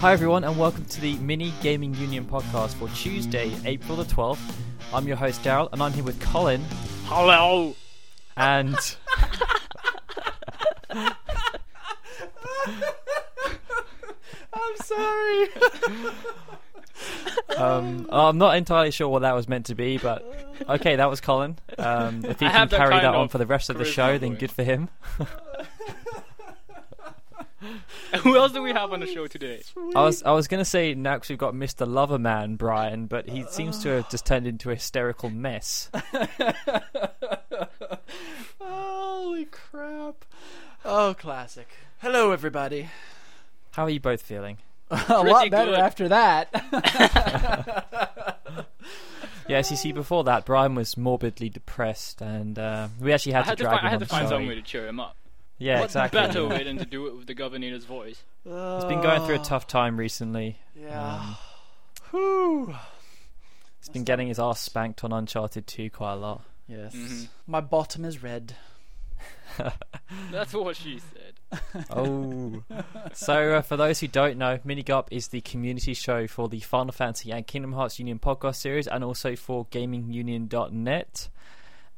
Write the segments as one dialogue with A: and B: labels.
A: Hi, everyone, and welcome to the Mini Gaming Union podcast for Tuesday, April the 12th. I'm your host, Daryl, and I'm here with Colin
B: Hello.
A: and.
C: I'm sorry.
A: Um, I'm not entirely sure what that was meant to be, but okay, that was Colin. Um, if he
B: I
A: can
B: have that
A: carry
B: kind
A: that on
B: of
A: for the rest of the
B: charisma
A: show, then
B: going.
A: good for him.
B: Who else do we have on the show today?
A: I was I was gonna say now 'cause we've got Mr. Loverman Brian, but he seems to have just turned into a hysterical mess.
C: Holy crap. Oh, classic. Hello, everybody.
A: How are you both feeling?
C: A lot
B: Pretty
C: better
B: good.
C: after that.
A: Yes, you see, before that, Brian was morbidly depressed, and uh, we actually
B: I
A: had,
B: had
A: to
B: to
A: drag
B: find, I
A: him
B: had to
A: on,
B: find
A: sorry.
B: some way to cheer him up.
A: Yeah,
C: What
A: exactly.
B: Better way than to do it with the governor's voice.
A: He's been going through a tough time recently.
C: Yeah.
A: Um,
C: Whew.
A: he's been getting his ass spanked on Uncharted 2 quite a lot.
C: Yes.
B: Mhm.
C: My bottom is red.
B: That's what she said.
A: Oh. so, uh, for those who don't know, Minigup is the community show for the Final Fantasy and Kingdom Hearts Union podcast series and also for gamingunion.net.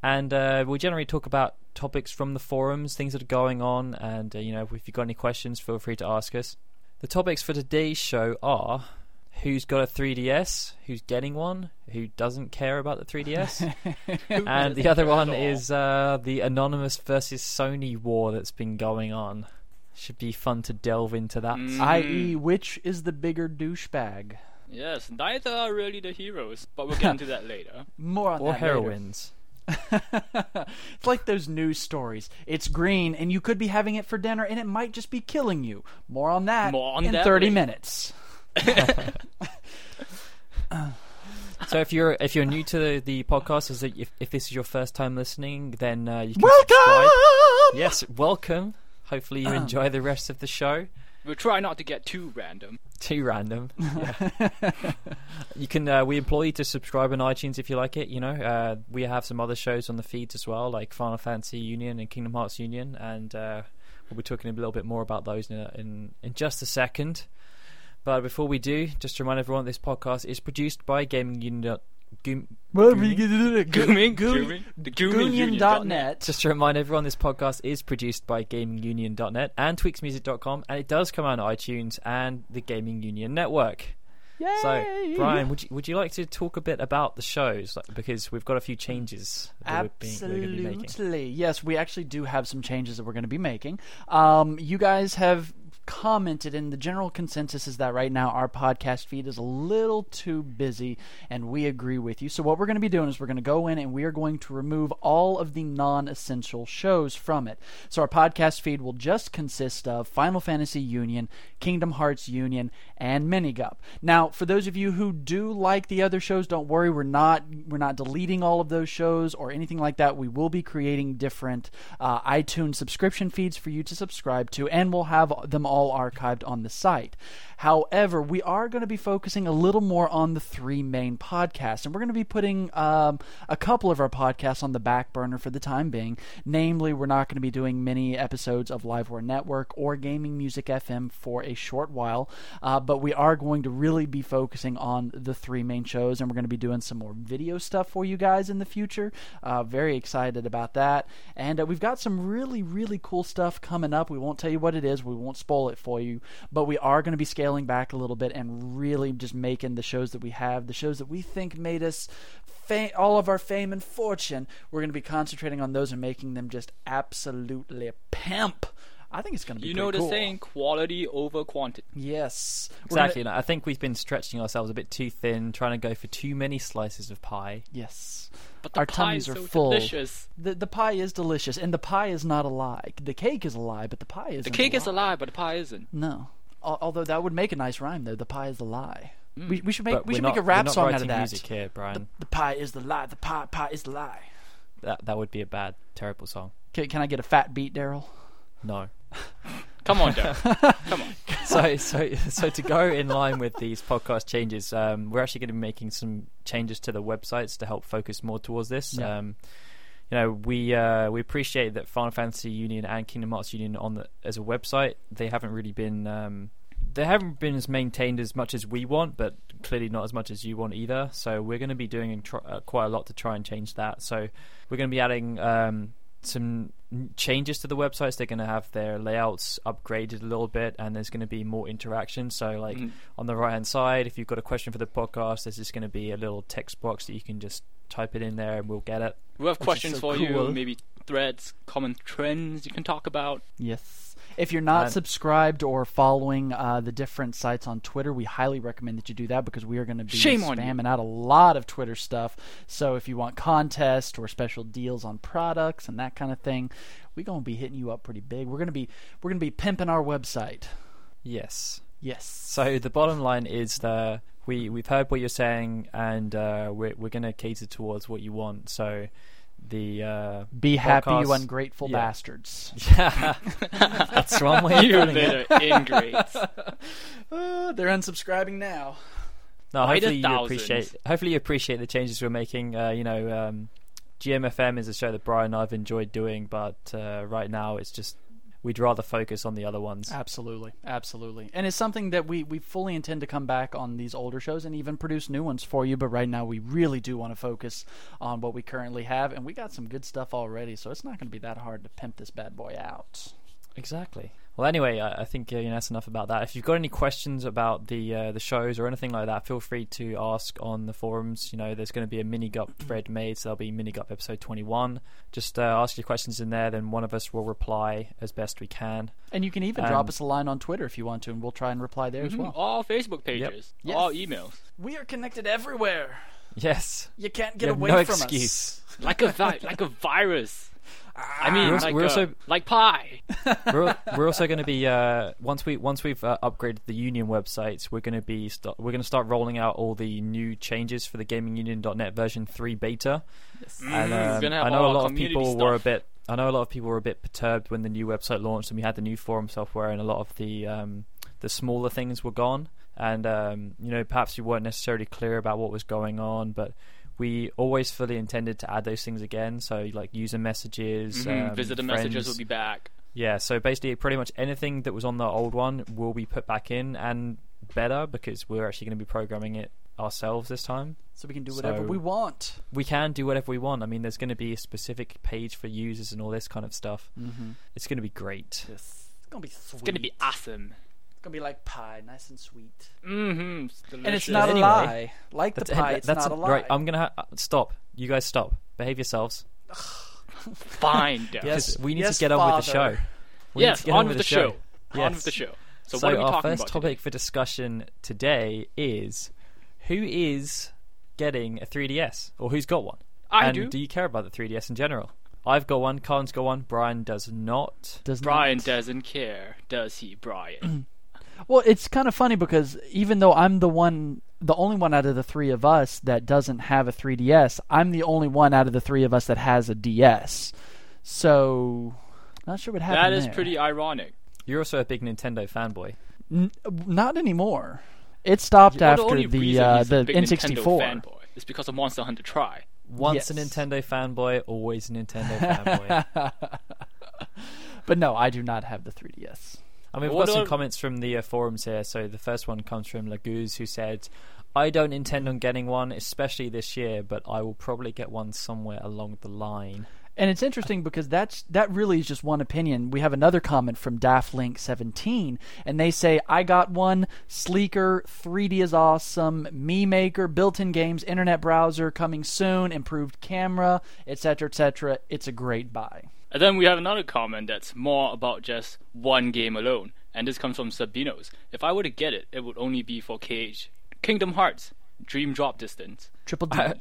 A: And uh, we generally talk about topics from the forums, things that are going on, and, uh, you know, if you've got any questions, feel free to ask us. The topics for today's show are who's got a 3DS, who's getting one, who doesn't care about the 3DS. And the other one
B: That's all.
A: is uh, the Anonymous versus Sony war that's been going on. Should be fun to delve into that.
B: Mm.
C: I.e., E, which is the bigger douchebag?
B: Yes, neither are really the heroes, but we'll get into that later.
C: More on
A: Or
C: that later.
A: heroines.
C: it's like those news stories. It's green, and you could be having it for dinner, and it might just be killing you. More on that
B: More on
C: in
B: that
C: 30
B: later.
C: minutes.
A: So if you're if you're new to the, the podcast, is that if, if this is your first time listening, then uh, you can subscribe.
C: Welcome! Ah.
A: Yes, welcome. Hopefully you enjoy the rest of the show.
B: We'll try not to get too random.
A: Too random. Yeah. you can. Uh, we employ you to subscribe on iTunes if you like it. You know, uh, we have some other shows on the feeds as well, like Final Fantasy Union and Kingdom Hearts Union, and uh, we'll be talking a little bit more about those in, a, in in just a second. But before we do, just to remind everyone, this podcast is produced by Gaming Union. Goom-
B: Gooming,
C: Gooming-
B: Gooming, the Gooming
C: Goonion.net.
A: just to remind everyone, this podcast is produced by GamingUnion.net and TweaksMusic.com, and it does come out on iTunes and the Gaming Union Network.
C: Yay!
A: So, Brian, would you, would you like to talk a bit about the shows? Like, because we've got a few changes that we're, being, we're going to be making.
C: Absolutely. Yes, we actually do have some changes that we're going to be making. Um, you guys have commented, and the general consensus is that right now our podcast feed is a little too busy, and we agree with you. So, what we're going to be doing is we're going to go in and we are going to remove all of the non essential shows from it. So, our podcast feed will just consist of Final Fantasy Union, Kingdom Hearts Union, and Minigup. Now, for those of you who do like the other shows, don't worry. We're not we're not deleting all of those shows or anything like that. We will be creating different uh, iTunes subscription feeds for you to subscribe to, and we'll have them all archived on the site. However, we are going to be focusing a little more on the three main podcasts, and we're going to be putting um, a couple of our podcasts on the back burner for the time being. Namely, we're not going to be doing many episodes of Live War Network or Gaming Music FM for a short while, uh, but we are going to really be focusing on the three main shows, and we're going to be doing some more video stuff for you guys in the future. Uh, very excited about that. And uh, we've got some really, really cool stuff coming up. We won't tell you what it is, we won't spoil it for you, but we are going to be scaling back a little bit and really just making the shows that we have, the shows that we think made us fa- all of our fame and fortune. We're going to be concentrating on those and making them just absolutely pimp. I think it's going to be
B: You know
C: pretty
B: the
C: cool.
B: saying, quality over quantity.
C: Yes, We're gonna-
A: Exactly. and I think we've been stretching ourselves a bit too thin, trying to go for too many slices of pie.
C: Yes,
B: But the
C: our
B: pie
C: tummies
B: is
C: are
B: so
C: full.
B: delicious.
C: The the pie is delicious, and the pie is not a lie. The cake is a lie, but the pie is
B: The cake is a lie, but the pie isn't.
C: No, Al- although that would make a nice rhyme though. The pie is a lie.
B: Mm.
C: We, we should make
A: But
C: we
A: we're
C: should
A: not,
C: make a
A: we're
C: rap
A: not
C: song out
A: writing
C: of that.
A: music here, Brian.
C: The pie is the lie. The pie pie is the lie.
A: That, that would be a bad, terrible song.
C: Can, can I get a fat beat, Daryl?
A: No.
B: Come on, Daryl. Come on.
A: so so so to go in line with these podcast changes, um, we're actually going to be making some changes to the websites to help focus more towards this.
C: Yeah.
A: Um, you know, we uh, we appreciate that Final Fantasy Union and Kingdom Hearts Union on the, as a website, they haven't really been um, they haven't been as maintained as much as we want, but clearly not as much as you want either. So we're going to be doing tr- uh, quite a lot to try and change that. So we're going to be adding um, some changes to the websites. They're going to have their layouts upgraded a little bit, and there's going to be more interaction. So like
B: Mhm.
A: on the right hand side, if you've got a question for the podcast, there's just going to be a little text box that you can just type it in there, and we'll get it.
B: We have
A: Which is
B: questions
A: so
B: for
A: cool.
B: you, maybe threads, common trends you can talk about.
C: Yes. If you're not
A: And-
C: subscribed or following uh, the different sites on Twitter, we highly recommend that you do that because we are going to be
B: Shame on you.
C: spamming out a lot of Twitter stuff. So if you want contests or special deals on products and that kind of thing, we're going to be hitting you up pretty big. We're going to be we're going to be pimping our website.
A: Yes.
C: Yes.
A: So the bottom line is that we we've heard what you're saying, and uh, we're we're going to cater towards what you want. So the uh,
C: Be happy, you
A: Podcast-
C: ungrateful
A: yeah.
C: bastards.
A: yeah, that's one way of
B: You
A: putting it.
B: bitter ingrates.
C: Uh, they're unsubscribing now.
A: No,
B: By the
A: hopefully you
B: thousands.
A: appreciate. Hopefully you appreciate the changes we're making. Uh, you know, um, GMFM is a show that Brian and I've enjoyed doing, but uh, right now it's just we'd rather focus on the other ones.
C: Absolutely, absolutely, and it's something that we we fully intend to come back on these older shows and even produce new ones for you. But right now, we really do want to focus on what we currently have, and we got some good stuff already, so it's not going to be that hard to pimp this bad boy out.
A: Exactly. Well, anyway, I, I think uh, you know, that's enough about that. If you've got any questions about the uh, the shows or anything like that, feel free to ask on the forums. You know, there's going to be a mini gup thread made, so there'll be mini gup episode 21. Just uh, ask your questions in there, then one of us will reply as best we can.
C: And you can even
A: Um, Mm-hmm.
C: drop us a line on Twitter if you want to, and we'll try and reply there as
B: Mhm.
C: well.
B: All Facebook pages,
C: Yes.
B: all emails,
C: We are connected everywhere.
A: Yes.
C: You can't
A: You
C: get
A: have
C: away
A: no
C: from
A: excuse.
C: us.
B: like a vi- like a virus. I mean,
A: Ah, We're also-
B: like,
A: we're
B: uh,
A: also-
B: like pie. Mm-hmm.
A: we're, al- we're also going to be uh, once we once we've uh, upgraded the union websites, we're going to be st- we're going to start rolling out all the new changes for the GamingUnion.net version three beta. And,
B: Mhm. We're
A: um,
B: gonna have
A: I know
B: all
A: a
B: our
A: lot of
B: community
A: people were a
B: stuff.
A: bit. I know a lot of people were a bit perturbed when the new website launched and we had the new forum software and a lot of the um, the smaller things were gone. And um, you know, perhaps we weren't necessarily clear about what was going on, but we always fully intended to add those things again. So like user messages,
B: Mhm.
A: um,
B: Visitor messages
A: friends-
B: will be back.
A: yeah, so basically, pretty much anything that was on the old one will be put back in and better because we're actually going to be programming it ourselves this time.
C: So we can do whatever
A: So-
C: we want.
A: We can do whatever we want. I mean, there's going to be a specific page for users and all this kind of stuff.
C: Mm-hmm.
A: It's going to be great.
C: Yes. It's gonna be sweet.
B: It's gonna be awesome.
C: It's gonna be like pie, nice and sweet.
B: Mm-hmm.
C: And it's not
A: Anyway,
C: a lie. Like the pie, it's
A: that's
C: not a, lie.
A: right. I'm going to ha- uh, stop. You guys stop. Behave yourselves.
B: fine. Dad.
C: Yes.
A: 'Cause we need
C: Yes,
A: to get on with the
C: father.
A: show. We need
B: Yes,
A: to get
B: on with the show. On
A: Yes.
B: with the show. So,
A: So,
B: what are we
A: our
B: talking
A: first
B: about?
A: topic for discussion today is who is getting a 3DS or who's got one?
B: I
A: and
B: do.
A: you care about the 3DS in general? I've got one. Colin's got one. Brian does not.
C: Does not-
B: Brian doesn't care, does he, Brian?
C: Well, it's kind of funny because even though I'm the one, the only one out of the three of us that doesn't have a 3DS, I'm the only one out of the three of us that has a DS. So, not sure what
B: that
C: happened.
B: is
C: there.
B: pretty ironic.
A: You're also a big Nintendo fanboy.
C: N- not anymore. It stopped
B: Well,
C: after
B: only
C: the
B: reason
C: uh,
B: he's
C: the
B: a big
C: N64.
B: Nintendo fanboy is because of Monster Hunter Try.
A: Once a
C: Yes.
A: Nintendo fanboy, always a Nintendo fanboy.
C: But no, I do not have the 3DS.
A: I mean, we've
B: What
A: got some
B: do-
A: comments from the uh, forums here. So the first one comes from Laguz, who said, "I don't intend on getting one, especially this year, but I will probably get one somewhere along the line."
C: And it's interesting because that's that really is just one opinion. We have another comment from DaftLink17, and they say, "I got one sleeker, 3D is awesome, me maker, built-in games, internet browser coming soon, improved camera, etc., etc. It's a great buy."
B: And then we have another comment that's more about just one game alone, and this comes from Sabinos. If I were to get it, it would only be for Cage, Kingdom Hearts, Dream Drop Distance.
C: Triple D.
A: I-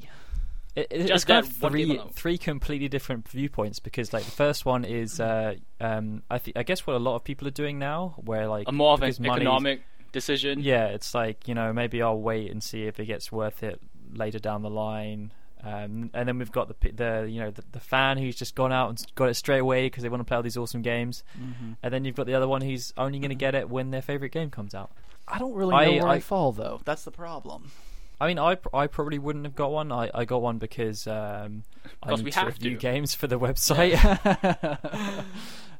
A: It, it, it's
B: Just
A: kind
B: that
A: of
B: one game
A: three,
B: alone.
A: three completely different viewpoints because, like, the first one is, uh, um, I, th- I guess, what a lot of people are doing now, where like
B: A more of an
A: because money-
B: economic decision.
A: Yeah, it's like you know maybe I'll wait and see if it gets worth it later down the line. Um, and then we've got the p- the you know the, the fan who's just gone out and s- got it straight away because they want to play all these awesome games.
B: Mm-hmm.
A: And then you've got the other one who's only going to get it when their favorite game comes out.
C: I don't really know
A: I-
C: where I,
A: I-
C: fall though. That's the problem.
A: I mean, I, pr- I probably wouldn't have got one. I, I got one because um, I
B: Because
A: need
B: we
A: to
B: have
A: review
B: to.
A: games for the website.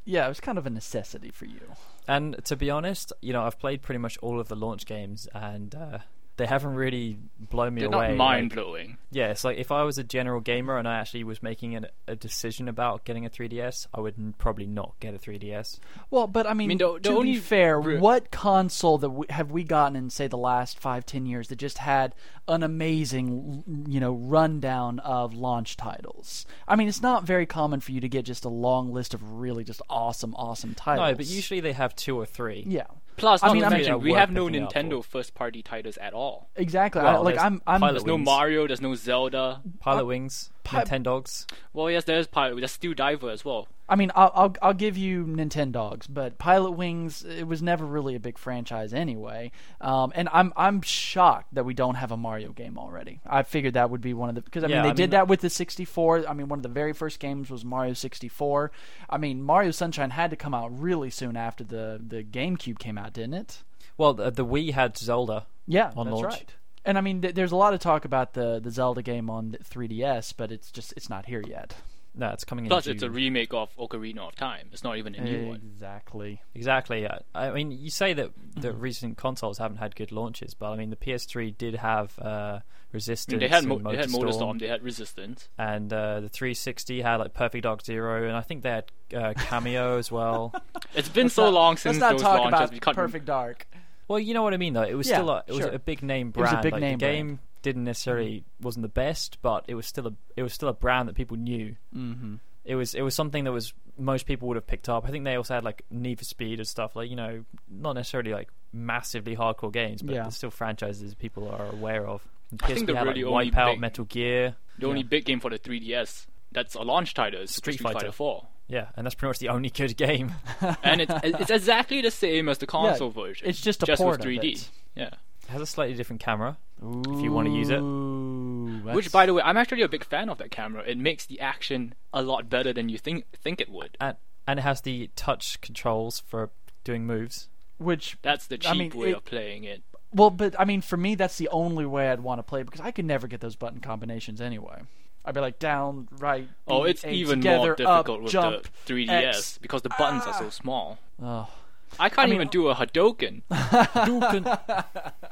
C: Yeah, it was kind of a necessity for you.
A: And to be honest, you know, I've played pretty much all of the launch games, and uh, they haven't really blown me
B: They're
A: away.
B: not mind blowing.
A: Yeah, it's like if I was a general gamer and I actually was making an, a decision about getting a 3DS, I would n- probably not get a 3DS.
C: Well, but I mean,
B: mean, the- the
C: to
B: only
C: be fair,
B: re-
C: what console that we, have we gotten in say the last five, ten years that just had an amazing, l- you know, rundown of launch titles? I mean, it's not very common for you to get just a long list of really just awesome, awesome titles.
A: No, but usually they have two or three.
C: yeah.
B: Plus, not
C: I mean,
B: to
C: I mean-
B: mention,
A: Yeah,
B: we
A: worth
B: have no
A: picking up
B: Nintendo first party titles at all.
C: Exactly. I,
A: Well,
C: like
A: there's
C: I'm, I'm
A: Pilot
B: There's no
A: Wings.
B: Mario, there's no Zelda.
A: Pilot Wings,
C: Uh, Pi-
A: Nintendogs.
B: Well, yes, there's Pilot, there's Steel Diver as well.
C: I mean, I'll, I'll I'll give you Nintendogs, but Pilot Wings it was never really a big franchise anyway. Um, and I'm I'm shocked that we don't have a Mario game already. I figured that would be one of the because I
A: Yeah,
C: mean they
A: I
C: did
A: mean-
C: that with the 64. I mean one of the very first games was Mario 64. I mean Mario Sunshine had to come out really soon after the the GameCube came out, didn't it?
A: Well, the, the Wii had Zelda.
C: Yeah,
A: on
C: that's
A: launch.
C: right. And I mean th- there's a lot of talk about the the Zelda game on the 3DS, but it's just it's not here yet.
A: No, it's coming in
B: Plus,
A: June.
B: it's a remake of Ocarina of Time. It's not even a new one.
C: Exactly.
A: Exactly. I- I mean, you say that that
C: Mm-hmm.
A: recent consoles haven't had good launches, but I mean, the PS3 did have uh,
B: I
A: Resistance
B: mean, they had mo-
A: and
B: they had
A: Motorstorm,
B: Motorstorm, they had Resistance.
A: and uh, the 360 had like Perfect Dark Zero, and I think they had uh, Cameo as well.
B: It's been so long since
C: Let's not
B: those
C: talk
B: launches. we
C: about
B: can't
C: Perfect Dark.
A: Well, you know what I mean, though. It was
C: Yeah,
A: still a, it was
C: sure.
A: a big name
C: It was
A: brand.
C: a big
A: like,
C: name
A: the
C: brand. Mm-hmm.
A: game didn't necessarily wasn't the best, but it was still a it was still a brand that people knew.
C: Mm-hmm.
A: It was it was something that was most people would have picked up. I think they also had like Need for Speed and stuff like you know not necessarily like massively hardcore games, but
C: Yeah.
A: there's still franchises people are aware of. And
B: I think
A: PSP
B: the
A: had
B: really only
A: like Wipeout,
B: big-
A: Metal Gear,
B: The only big game for the 3DS that's a launch title is
A: Street
B: Street,
A: Fighter.
B: Fighter. 4.
A: yeah, and that's pretty much the only good game.
B: and it's, it's exactly the same as the console version.
C: it's just a
B: just
C: port
B: with
C: of
B: 3D.
C: it.
B: Yeah.
A: It has a slightly different camera. If you wanna use it.
B: Which, by the way, I'm actually a big fan of that camera. It makes the action a lot better than you think think it would.
A: and and it has the touch controls for doing moves.
C: which
B: That's the cheap
C: I mean,
B: way
C: it-
B: of playing it.
C: well, but I mean, for me, that's the only way I'd want to play because I could never get those button combinations anyway. I'd be like down, right.
B: Oh,
C: B,
B: it's
C: A,
B: even
C: together,
B: more difficult
C: up,
B: with
C: jump.
B: the 3DS
C: X.
B: because the buttons are so small.
C: Ugh.
B: I can't even do a Hadoken.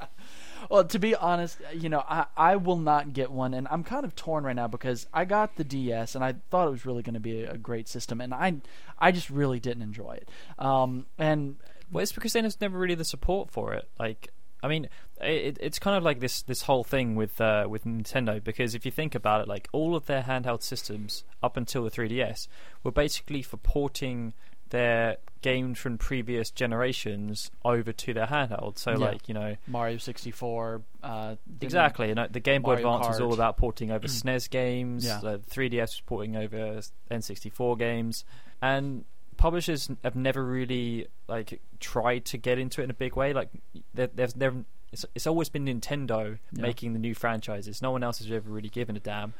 C: Well, to be honest, you know, I, I will not get one, and I'm kind of torn right now because I got the DS and I thought it was really going to be a, a great system, and I I just really didn't enjoy it. Um, and
A: Well, it's because then there's never really the support for it. Like, I mean, it, it's kind of like this this whole thing with uh, with Nintendo because if you think about it, like all of their handheld systems up until the 3DS were basically for porting their games from previous generations over to their handheld. So,
C: Yeah.
A: like, you know,
C: Mario 64, uh, didn't-
A: Exactly, and uh, the Game Boy
C: Mario
A: Advance was
C: Kart. Mm.
A: all about porting over SNES games.
C: Yeah.
A: Uh, 3DS was porting over N64 games, and publishers n- have never really like tried to get into it in a big way. Like there, there's never. It's, it's always been Nintendo
C: Yeah.
A: making the new franchises. No one else has ever really given a damn.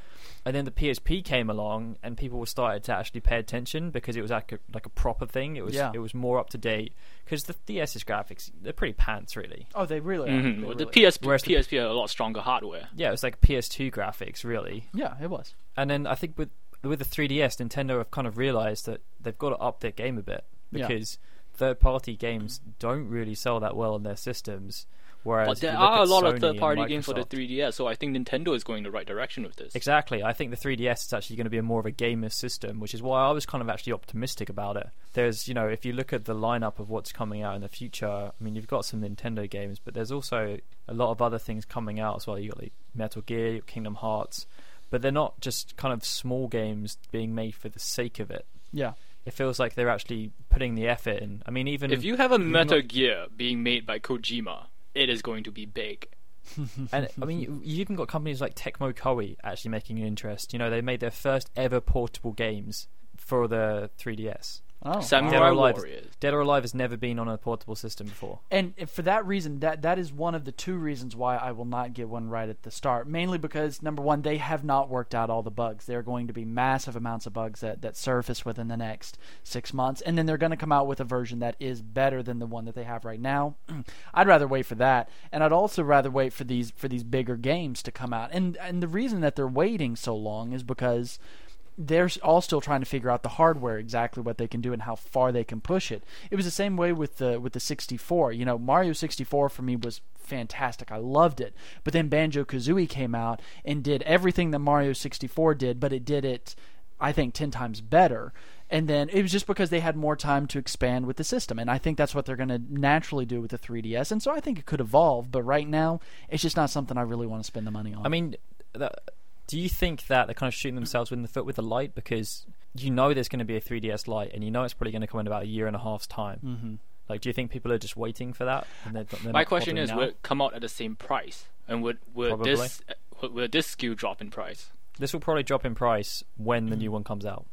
A: And then the PSP came along, and people started to actually pay attention because it was like a, like a proper thing. It was
C: Yeah.
A: it was more up to date because the DS's graphics they're pretty pants, really.
C: Oh, they really. Are.
B: Mhm.
C: They
B: Well, the
C: really-
B: PSP,
A: Whereas the-
B: PSP had a lot stronger hardware.
A: Yeah, it was like PS2 graphics, really.
C: Yeah, it was.
A: and then I think with with the 3DS, Nintendo have kind of realized that they've got to up their game a bit
C: Yeah.
A: because third party games don't really sell that well on their systems. Whereas
B: But
A: if
B: there
A: you look
B: are
A: at
B: a lot
A: Sony
B: of
A: and
B: third party games for the
A: Microsoft-
B: 3DS, so I think Nintendo is going the right direction with this.
A: Exactly, I think the 3DS is actually going to be a more of a gamer system, which is why I was kind of actually optimistic about it. There's, you know, if you look at the lineup of what's coming out in the future, I mean, you've got some Nintendo games, but there's also a lot of other things coming out as well. You got like Metal Gear, you've got Kingdom Hearts, but they're not just kind of small games being made for the sake of it.
C: Yeah.
A: it feels like they're actually putting the effort in. I mean, even
B: If you have a
A: you've
B: Metal
A: not-
B: Gear being made by Kojima, it is going to be big.
A: and I mean, you- you've even got companies like Tecmo Koei actually making an interest. You know, they made their first ever portable games for the 3DS.
C: Oh.
A: Dead or
B: Samurai
A: Alive,
B: Warriors.
A: Dead or Alive has never been on a portable system before.
C: and if- for that reason, that that is one of the two reasons why I will not get one right at the start. Mainly because number one, they have not worked out all the bugs. There are going to be massive amounts of bugs that that surface within the next six months, and then they're going to come out with a version that is better than the one that they have right now. I'd rather wait for that, and I'd also rather wait for these for these bigger games to come out. And and the reason that they're waiting so long is because they're all still trying to figure out the hardware exactly what they can do and how far they can push it. It was the same way with the with the 64. You know, Mario 64 for me was fantastic. I loved it. But then Banjo Kazooie came out and did everything that Mario 64 did, but it did it I think 10 times better. And then it was just because they had more time to expand with the system. And I think that's what they're going to naturally do with the 3DS. And so I think it could evolve, but right now it's just not something I really want to spend the money on.
A: I mean, that, do you think that they're kind of shooting themselves in the foot with the light because you know there's going to be a 3DS light and you know it's probably going to come in about a year and a half's time?
C: Mhm.
A: Like, do you think people are just waiting for that? And they're, they're
B: Mm-hmm. My
A: not
B: question
A: bothering
B: is,
A: now?
B: will it come out at the same price? And would would this uh, will this SKU drop in price?
A: this will probably drop in price when the new
B: Mm.
A: one comes out.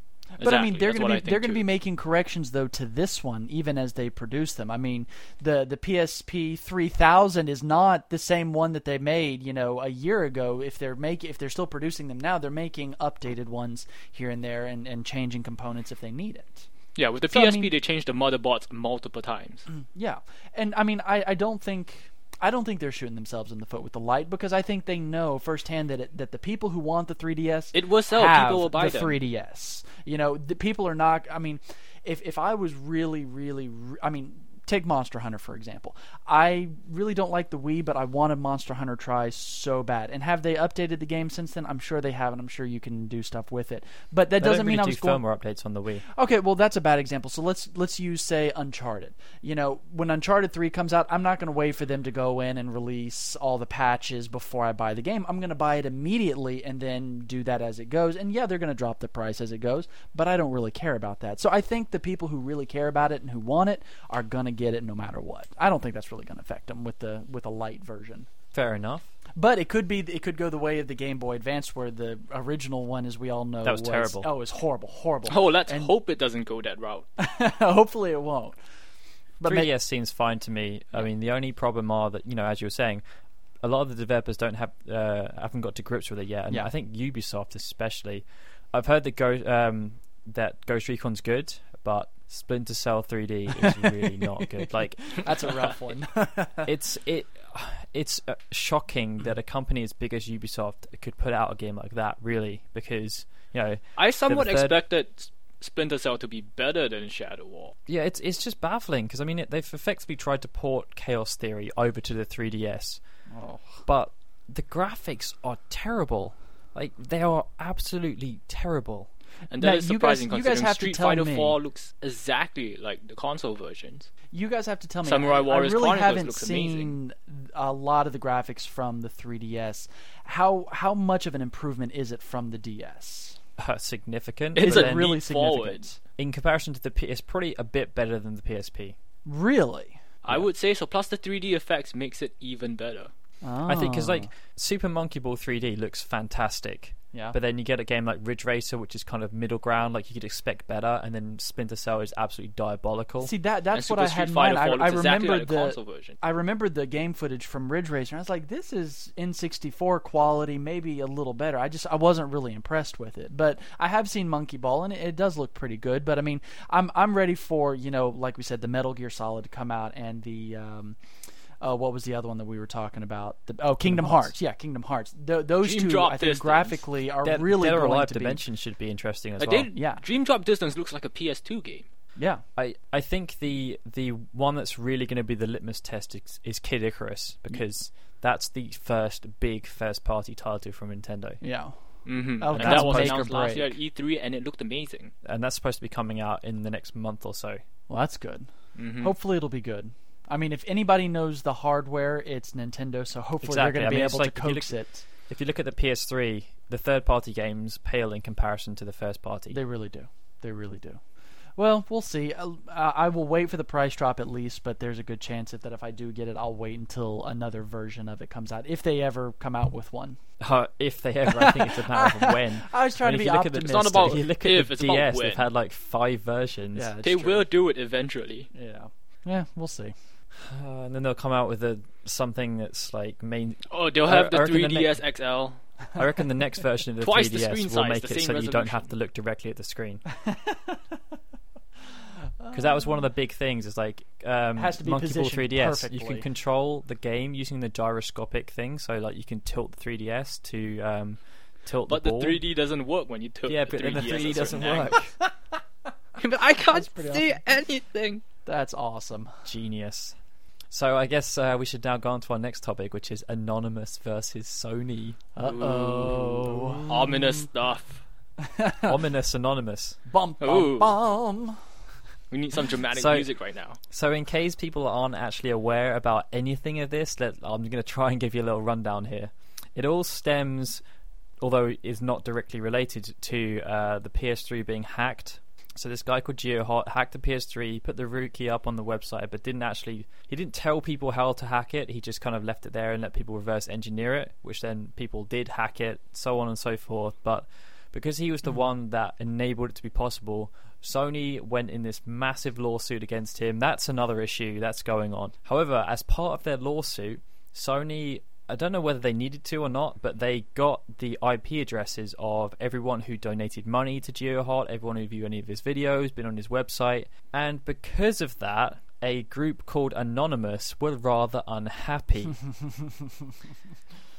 C: But I mean,
B: Exactly,
C: they're
B: that's
C: going
B: what
C: to
B: I
C: be
B: think
C: they're going to
B: too.
C: be making corrections though to this one, even as they produce them. I mean, the the PSP 3000 is not the same one that they made, you know, a year ago. If they're make if they're still producing them now, they're making updated ones here and there and, and changing components if they need it.
B: Yeah, with the
C: So, I
B: PSP,
C: mean-
B: they changed the motherboards multiple times.
C: Yeah, and I mean, I, I don't think I don't think they're shooting themselves in the foot with the light because I think they know firsthand that it, that the people who want the 3ds
B: It will sell.
C: have
B: People will buy
C: the
B: them.
C: 3ds. You know, the people are not. I mean, if if I was really, really, re- I mean. Take Monster Hunter for example. I really don't like the Wii, but I wanted Monster Hunter Try so bad. And have they updated the game since then? I'm sure they haven't. I'm sure you can do stuff with it. But that
A: They don't
C: doesn't mean
A: really do
C: I was going.
A: firmware updates on the Wii.
C: Okay, well that's a bad example. So let's let's use say Uncharted. You know, when Uncharted 3 comes out, I'm not going to wait for them to go in and release all the patches before I buy the game. I'm going to buy it immediately and then do that as it goes. And yeah, they're going to drop the price as it goes, but I don't really care about that. So I think the people who really care about it and who want it are going to get it no matter what. I don't think that's really going to affect them with the with a light version.
A: Fair enough.
C: But it could be it could go the way of the Game Boy Advance where the original one as we all know
A: That was terrible.
C: Oh, it was horrible, horrible.
B: Oh, let's
C: And-
B: hope it doesn't go that route.
C: Hopefully it won't. But ma-
A: 3DS seems fine to me. I mean, the only problem are that you know, as you were saying, a lot of the developers don't have uh, haven't got to grips with it yet, and
C: Yeah.
A: I think Ubisoft especially. I've heard that Go um, that Ghost Recon's good, but Splinter Cell 3D is really not good. Like
C: that's a rough one.
A: it's it it's uh, shocking that a company as big as Ubisoft could put out a game like that, really, because you know
B: I somewhat
A: third-
B: expected S- Splinter Cell to be better than Shadow War.
A: Yeah, it's it's just baffling because I mean it, they've effectively tried to port Chaos Theory over to the 3DS,
C: Oh.
A: but the graphics are terrible. Like they are absolutely terrible.
B: And
C: Now,
B: that is
C: you guys-
B: surprising
C: you guys
B: considering
C: have to
B: Street
C: tell
B: Fighter
C: me.
B: 4 looks exactly like the console versions.
C: You guys have to tell me.
B: Samurai
C: I-
B: Warriors
C: I really
B: Chronicles
C: haven't
B: looks
C: seen
B: amazing.
C: a lot of the graphics from the 3DS. How how much of an improvement is it from the DS?
A: Uh, significant.
B: It's
A: but
B: a
A: then
C: really
B: leap
C: significant?
B: forward.
A: in comparison to the P, it's probably a bit better than the PSP.
C: Really?
B: I would say so. Plus the 3D effects makes it even better.
A: I think
C: Oh,
A: because like Super Monkey Ball 3D looks fantastic,
C: Ah. yeah.
A: but then you get a game like Ridge Racer, which is kind of middle ground, like you could expect better, and then Splinter Cell is absolutely diabolical.
C: See that that's
B: and
C: what I
B: Super
C: had in
B: Street
C: mind.
B: Fighter
C: I,
B: 4
C: I
B: looks exactly
C: remembered
B: like the
C: the
B: console version.
C: I remembered the game footage from Ridge Racer, and I was like, "This is N64 quality, maybe a little better." I just I wasn't really impressed with it, but I have seen Monkey Ball, and it, it does look pretty good. But I mean, I'm I'm ready for you know, like we said, the Metal Gear Solid to come out, and the um, uh, what was the other one that we were talking about? The, oh, Kingdom Hearts. Yeah, Kingdom Hearts. Th- those
B: Dream
C: two,
B: Drop
C: I think,
B: Distance.
C: graphically are
A: Dead,
C: really
A: Dead or
C: going
A: Alive
C: to be-
A: Dimension should be interesting as
B: Like,
A: well.
B: they-
C: Oh, yeah.
B: Dream Drop Distance looks like a PS2 game.
C: Yeah,
A: I, I think the the one that's really going to be the litmus test is, is Kid Icarus
B: Mm.
A: because that's the first big first party title from Nintendo,
C: yeah.
B: Mm-hmm.
C: Oh,
B: and
A: that's
B: that was
A: make or
B: announced last year at
C: break.
B: E3, and it looked amazing.
A: and that's supposed to be coming out in the next month or so.
C: Well, that's good.
A: Mm-hmm.
B: Mhm.
C: Hopefully, it'll be good. I mean, if anybody knows the hardware, it's Nintendo, so hopefully
A: Exactly.
C: they're
A: I
C: going to
A: mean,
C: be
A: it's
C: able
A: like
C: to
A: if you
C: coax it.
A: If you look at the PS3, the third party games pale in comparison to the first party.
C: They really do. They really do. Well, we'll see. Uh, I will wait for the price drop at least, but there's a good chance that if I do get it, I'll wait until another version of it comes out, if they ever come out with one.
A: Uh, if they ever, I think it's a matter of when.
C: I was trying
A: I mean, if
C: to be
A: you look at the,
C: optimistic.
B: It's not about
A: if you look at
B: if,
A: the
B: it's about
A: DS,
B: when.
A: they've had like five versions,
C: Yeah, it's
B: They
C: true.
B: will do it eventually.
C: Yeah. Yeah, we'll see.
A: uh, and then they'll come out with a something that's like main.
B: Oh, they'll
A: I-
B: have
A: I
B: the
A: reckon the
B: 3DS XL.
A: I reckon the next version of the
B: Twice the
A: 3DS
B: screen
A: will
B: size,
A: make
B: the
A: it so
B: same
A: you don't have
B: resolution.
A: to look directly at the screen. Because that was one of the big things. Is like um,
C: Has to be
A: Monkey Ball
C: positioned
A: 3DS. You
C: perfectly.
A: can control the game using the gyroscopic thing. So like you can tilt the 3DS to um, Tilt
B: but
A: the
B: the,
A: ball.
B: 3D doesn't work when you tilt.
A: yeah,
B: the
A: but
B: 3D
A: then the 3D
B: at a certain
A: doesn't
B: angle.
A: work.
B: but I can't
C: pretty
B: see anything.
C: That's awesome.
A: Genius. So I guess uh, we should now go on to our next topic, which is Anonymous versus Sony.
C: Uh oh.
B: Ominous stuff.
A: Ominous Anonymous.
C: Bum bum
B: Ooh.
C: bum.
B: We need some dramatic
A: So-
B: music right now.
A: So, in case people aren't actually aware about anything of this, let, I'm going to try and give you a little rundown here. It all stems, although is not directly related to uh, the PS3 being hacked. So this guy called GeoHot hacked the PS3, put the root key up on the website, but didn't actually he didn't tell people how to hack it. He just kind of left it there and let people reverse engineer it, which then people did hack it, so on and so forth. But because he was the one that enabled it to be possible, Sony went in this massive lawsuit against him. That's another issue that's going on. However, as part of their lawsuit, Sony I don't know whether they needed to or not, but they got the IP addresses of everyone who donated money to GeoHot, everyone who viewed any of his videos, been on his website, and because of that, a group called Anonymous were rather unhappy.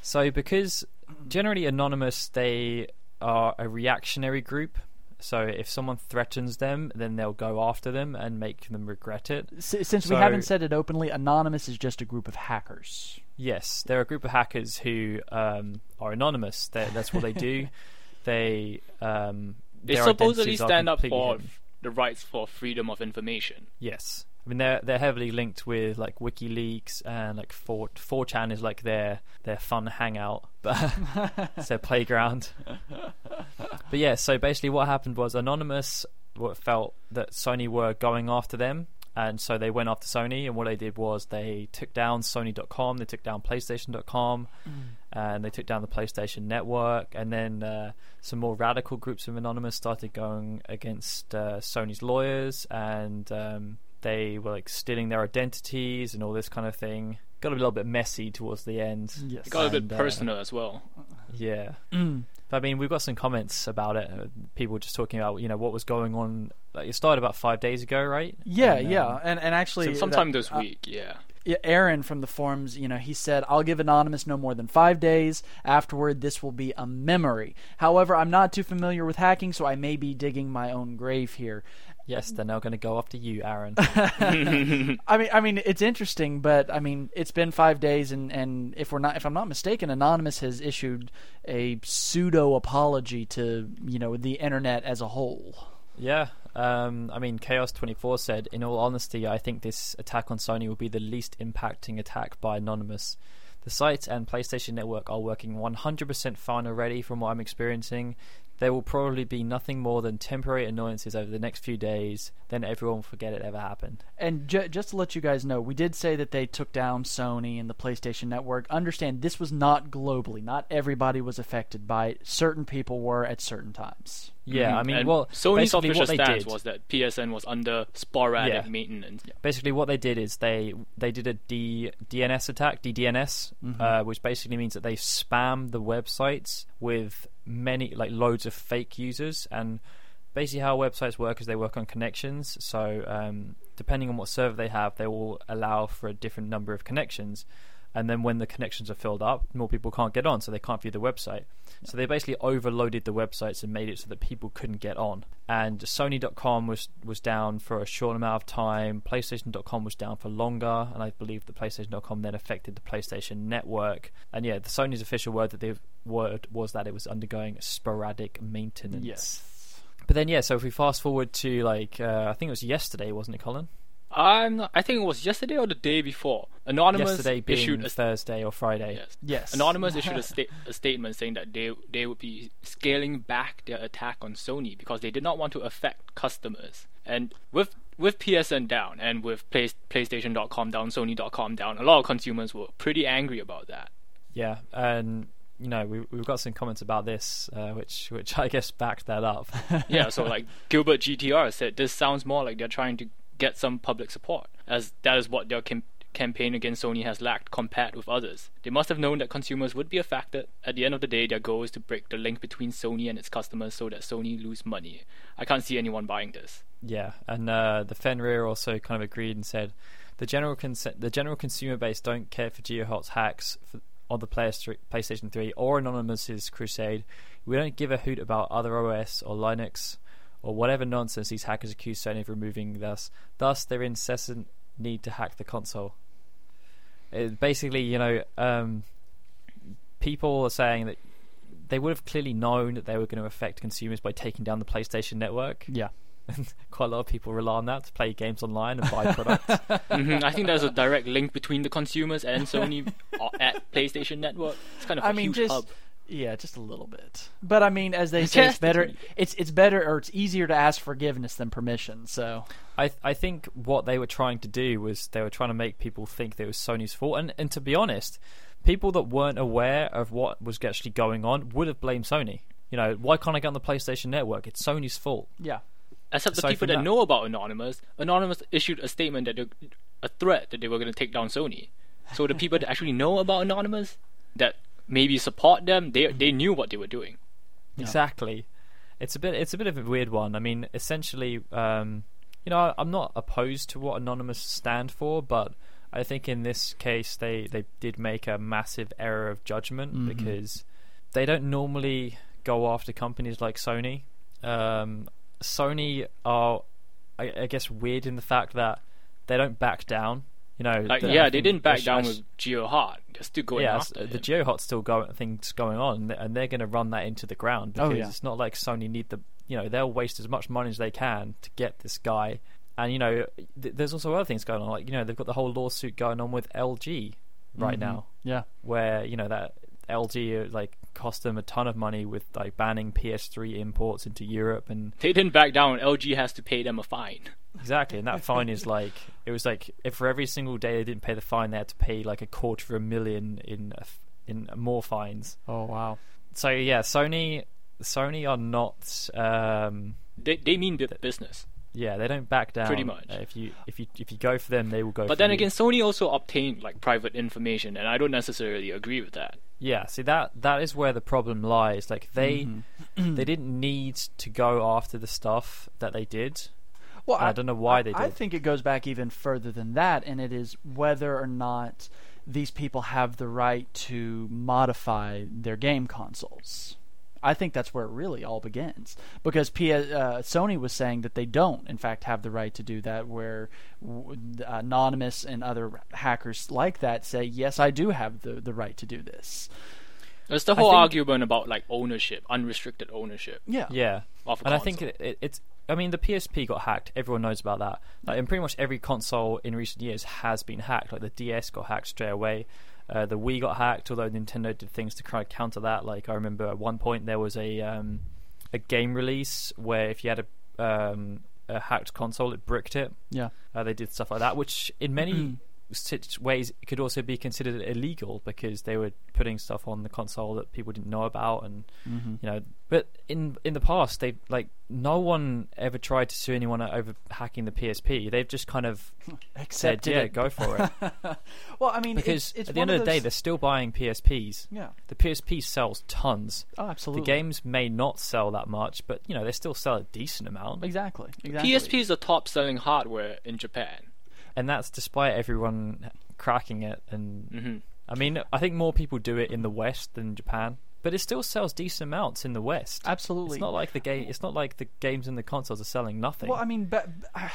A: so because generally Anonymous they are a reactionary group, so if someone threatens them, then they'll go after them and make them regret it.
C: S- since
A: So-
C: we haven't said it openly, Anonymous is just a group of hackers.
A: Yes, they're a group of hackers who um, are anonymous. they that's what they do. they um,
B: They
A: their
B: supposedly
A: identities are
B: stand up
A: completely
B: for
A: hidden.
B: the rights for freedom of information.
A: Yes, I mean they're they're heavily linked with like WikiLeaks and like 4 4chan is like their their fun hangout, but it's their playground. but yeah, so basically what happened was Anonymous wa- felt that Sony were going after them. And so they went after Sony, and what they did was they took down Sony.com, they took down PlayStation.com, and they took down the PlayStation Network, and then uh, some more radical groups of Anonymous started going against uh, Sony's lawyers, and um, they were like stealing their identities and all this kind of thing. Got a little bit messy towards the end.
C: Yes.
B: It got a bit
A: And, uh,
B: personal as well.
A: Yeah. But, I mean, we've got some comments about it. uh, People just talking about you know what was going on. Like, it started about five days ago, right?
C: Yeah,
A: And, um,
C: yeah, and and actually,
B: So
C: that-
B: sometime this
C: uh,
B: week, yeah.
C: yeah, Aaron from the forums, you know, he said, I'll give Anonymous no more than five days. Afterward, this will be a memory. However, I'm not too familiar with hacking, so I may be digging my own grave here.
A: Yes, they're now going to go after you, Aaron.
C: I mean, I mean, it's interesting, but I mean, it's been five days, and, and if we're not, if I'm not mistaken, Anonymous has issued a pseudo apology to you know the internet as a whole.
A: yeah. Um, I mean, Chaos Twenty Four said, in all honesty, I think this attack on Sony will be the least impacting attack by Anonymous. The site and PlayStation Network are working 100% fine already, from what I'm experiencing. There will probably be nothing more than temporary annoyances over the next few days. Then everyone will forget it ever happened.
C: And ju- just to let you guys know, we did say that they took down Sony and the PlayStation Network. Understand, this was not globally. Not everybody was affected by it. Certain people were at certain times.
A: Yeah, I mean,
B: Mm-hmm. and
A: well,
B: Sony's
A: basically
B: official
A: what they
B: stance
A: did
B: was that PSN was under sporadic
A: Yeah.
B: maintenance.
A: basically what they did is they they did a D, DNS attack, DDNS, uh, which basically means that they spam the websites with many like loads of fake users. And basically how websites work is they work on connections. So um, depending on what server they have, they will allow for a different number of connections. And then when the connections are filled up, more people can't get on, so they can't view the website. So they basically overloaded the websites and made it so that people couldn't get on. And Sony.com was was down for a short amount of time. PlayStation.com was down for longer, and I believe the PlayStation.com then affected the PlayStation Network. And yeah, the Sony's official word that they word was that it was undergoing sporadic maintenance. But then yeah, so if we fast forward to like uh, I think it was yesterday, wasn't it, Colin?
B: I'm not, I think it was yesterday or the day before. Anonymous
A: yesterday being
B: issued a
A: Thursday or Friday.
B: yes.
C: Yes.
B: Anonymous issued a, sta- a statement saying that they they would be scaling back their attack on Sony because they did not want to affect customers. And with with PSN down and with Play- PlayStation.com down, Sony.com down, a lot of consumers were pretty angry about that.
A: Yeah, and you know we we've got some comments about this, uh, which which I guess backed that up.
B: Yeah, so like Gilbert GTR said, this sounds more like they're trying to get some public support, as that is what their cam- campaign against Sony has lacked compared with others. They must have known that consumers would be affected. At the end of the day, their goal is to break the link between Sony and its customers so that Sony lose money. I can't see anyone buying this.
A: Yeah, and uh, the Fenrir also kind of agreed and said the general cons- the general consumer base don't care for GeoHot's hacks. For, on the PS3, PlayStation 3 or Anonymous's Crusade. We don't give a hoot about other OS or Linux or whatever nonsense these hackers accuse Sony of removing thus thus their incessant need to hack the console. It basically, you know, um, people are saying that they would have clearly known that they were going to affect consumers by taking down the PlayStation network.
C: Yeah.
A: Quite a lot of people rely on that to play games online and buy products.
C: Mm-hmm.
B: Mhm, I think there's a direct link between the consumers and Sony or at PlayStation Network. It's kind of a
C: I mean,
B: huge
C: just
B: hub.
C: yeah, just a little bit. But I mean, as they say, it's
B: Just-
C: better. It's it's better or it's easier to ask forgiveness than permission. So
A: I th- I think what they were trying to do was they were trying to make people think that it was Sony's fault. And and to be honest, people that weren't aware of what was actually going on would have blamed Sony. You know, why can't I get on the PlayStation Network? It's Sony's fault.
C: yeah,
B: Except the
A: aside
B: people
A: from
B: that,
A: that-
B: know about Anonymous, Anonymous issued a statement that they- a threat that they were going to take down Sony. So the people that actually know about Anonymous, that maybe support them, they
A: Mm-hmm.
B: they knew what they were doing.
A: Exactly. It's a bit. It's a bit of a weird one. I mean, essentially, um, you know, I- I'm not opposed to what anonymous stand for, but I think in this case they they did make a massive error of judgment
C: Mhm.
A: because they don't normally go after companies like Sony. Um, Sony are, I, I guess, weird in the fact that they don't back down. You know,
B: Like,
A: the-
B: Uh, yeah,
A: I
B: they
A: think
B: didn't back
A: Ash-
B: down
A: Ash-
B: with GeoHeart. They're still going
A: yeah,
B: after
A: s- uh, the
B: him.
A: GeoHot's still going, things going on, and they're going to run that into the ground
C: Oh,
A: because
C: yeah.
A: it's not like Sony need the, you know, they'll waste as much money as they can to get this guy. And you know, th- there's also other things going on, like you know, they've got the whole lawsuit going on with LG right
C: Mhm.
B: Mm-hmm.
A: now,
C: yeah,
A: where you know that LG uh, like cost them a ton of money with like banning PS3 imports into Europe and
B: They didn't back down. LG has to pay them a fine.
A: Exactly, and that fine is like it was like if for every single day they didn't pay the fine, they had to pay like a quarter of a million in in more fines.
C: Oh wow.
A: So yeah, Sony Sony are not um
B: They they mean bu- business.
A: yeah, they don't back down.
B: Pretty much.
A: Uh, If you if you if you go for them, they will go for
B: But then
A: you.
B: again, Sony also obtained like private information, and I don't necessarily agree with that.
A: Yeah, see that that is where the problem lies. Like they
B: Mm-hmm.
A: they didn't need to go after the stuff that they did.
C: Well,
A: I don't know why they
C: I
A: did.
C: think it goes back even further than that, and it is whether or not these people have the right to modify their game consoles. I think that's where it really all begins because P- uh, Sony was saying that they don't, in fact, have the right to do that. Where w- Anonymous and other hackers like that say, "Yes, I do have the the right to do this."
B: There's the
A: I
B: whole
A: think-
B: argument about like ownership, unrestricted ownership
C: Yeah,
A: Yeah.
B: of a
A: and I
B: console.
A: think it, it, it's. I mean, the PSP got hacked. Everyone knows about that. Like, and pretty much every console in recent years has been hacked. Like the DS got hacked straight away. Uh, the Wii got hacked, although Nintendo did things to kind of counter that. Like I remember at one point there was a um, a game release where if you had a, um, a hacked console, it bricked it.
C: yeah,
A: Uh, they did stuff like that, which in
C: Mm.
A: many sit- ways could also be considered illegal because they were putting stuff on the console that people didn't know about, and
C: mm-hmm.
A: you know. But in in the past, they like no one ever tried to sue anyone over hacking the PSP. They've just kind of said,
C: accepted
A: "Yeah,
C: it.
A: go for it,"
C: well, I mean,
A: because
C: it's, it's
A: at the
C: one
A: end of the day,
C: those-
A: they're still buying PSPs.
C: yeah,
A: The PSP sells tons.
C: oh,
A: The
C: absolutely,
A: games may not sell that much, but you know they still sell a decent amount.
C: exactly, exactly.
B: PSP is the top selling hardware in Japan.
A: and that's despite everyone cracking it and
B: hmm
A: I mean, I think more people do it in the West than Japan, but it still sells decent amounts in the West.
C: Absolutely.
A: It's not like the game. It's not like the games and the consoles are selling nothing.
C: Well, I mean, but, uh,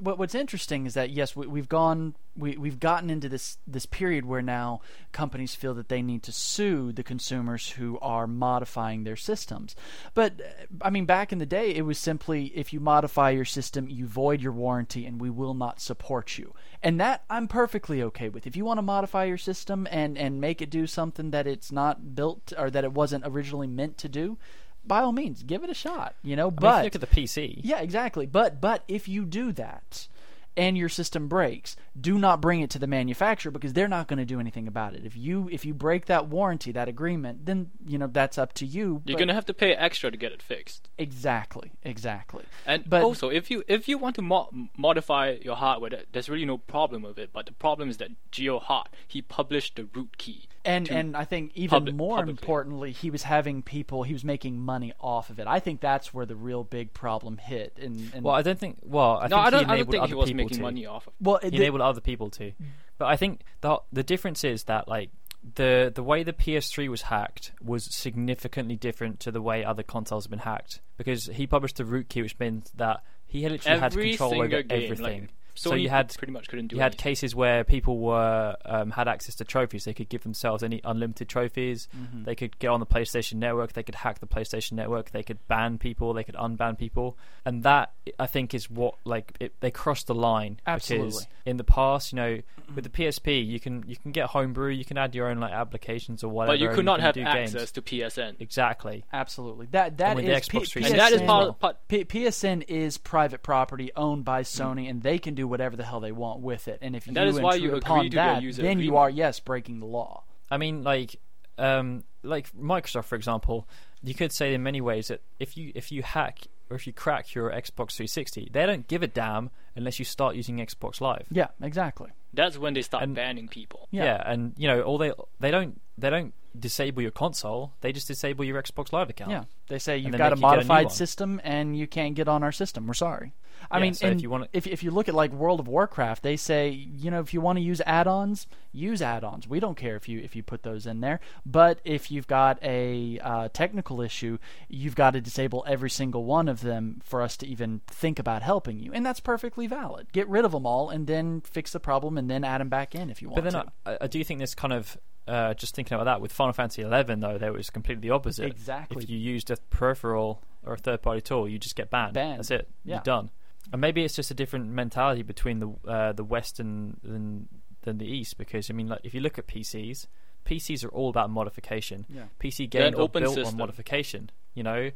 C: what what's interesting is that yes, we, we've gone, we we've gotten into this this period where now companies feel that they need to sue the consumers who are modifying their systems. But uh, I mean, back in the day, it was simply if you modify your system, you void your warranty, and we will not support you. And that I'm perfectly okay with. If you want to modify your system and and make it do something that it's not built or that it wasn't originally meant to do. By all means, give it a shot. You know,
A: I mean, if
C: but
A: you look at the PC.
C: yeah, exactly. But but if you do that and your system breaks, do not bring it to the manufacturer because they're not going to do anything about it. If you if you break that warranty, that agreement, then you know that's up to you.
B: You're
C: but-
B: gonna have to pay extra to get it fixed.
C: exactly, exactly.
B: And
C: But-
B: also, if you if you want to mo- modify your hardware, that, there's really no problem with it. But the problem is that GeoHeart he published the root key.
C: And
B: to-
C: and I think even
B: public-
C: more
B: publicly.
C: importantly, he was having people. He was making money off of it. I think that's where the real big problem hit. And, and
A: Well, I don't think. Well, I
B: no,
A: think he
B: I don't. I don't
A: enabled
B: think
A: other
B: he was
A: people
B: making
A: to.
B: money off of.
C: well, it-
A: He enabled other people to. But I think the the difference is that like the the way the PS3 was hacked was significantly different to the way other consoles have been hacked because he published the rootkey, which means that he had literally had
B: Every
A: control
B: single
A: over
B: game,
A: everything.
B: like,
A: so
B: Sony
A: you had
B: pretty much couldn't do
A: you had
B: anything.
A: cases where people were um, had access to trophies. They could give themselves any unlimited trophies.
B: Mm-hmm.
A: They could get on the PlayStation Network. They could hack the PlayStation Network. They could ban people. They could unban people. And that I think is what like it, they crossed the line.
C: Absolutely.
A: Because in the past, you know, with the PSP, you can you can get homebrew. You can add your own like applications or whatever.
B: but you
A: and
B: could not
A: can
B: have
A: do
B: access
A: games.
B: to PSN.
A: Exactly.
C: Absolutely. That that
A: with the
C: is P-
A: Xbox
C: PSN.
B: And that is
A: PSN.
B: part, part
C: P- PSN is private property owned by Sony, and they can do whatever the hell they want with it. And if
B: And
C: you
B: that is why
C: intrude
B: you
C: upon
B: agree to
C: that,
B: their user
C: then you
B: agreement.
C: are yes breaking the law.
A: I mean, like, um, like Microsoft, for example, you could say in many ways that if you if you hack or if you crack your Xbox 360, they don't give a damn unless you start using Xbox Live.
C: Yeah, exactly.
B: that's when they start
A: And-
B: banning people.
C: Yeah.
A: and you know, all they they don't they don't disable your console; they just disable your Xbox Live account.
C: Yeah, they say you've
A: then
C: got
A: Oh. they
C: a
A: could get a new
C: modified
A: one.
C: system and you can't get on our system. We're sorry. I
A: Yeah,
C: mean,
A: so if
C: and
A: you wanna-
C: if if you look at like World of Warcraft, they say you know if you want to use add-ons, use add-ons. We don't care if you if you put those in there. But if you've got a uh, technical issue, you've got to disable every single one of them for us to even think about helping you, and that's perfectly valid. Get rid of them all and then fix the problem and then add them back in if you want
A: But then
C: to.
A: I, I- I do think this kind of uh, just thinking about that with Final Fantasy Eleven though, there was completely the opposite.
C: Exactly.
A: If you used a peripheral or a third party tool, you just get banned.
C: Banned.
A: That's it.
C: Yeah.
A: You're done. And maybe it's just a different mentality between the uh, the West and than than the East because I mean, like if you look at PCs, PCs are all about modification.
C: Yeah.
A: PC
B: They're an
A: games are
B: open
A: built on
B: system.
A: modification. You know,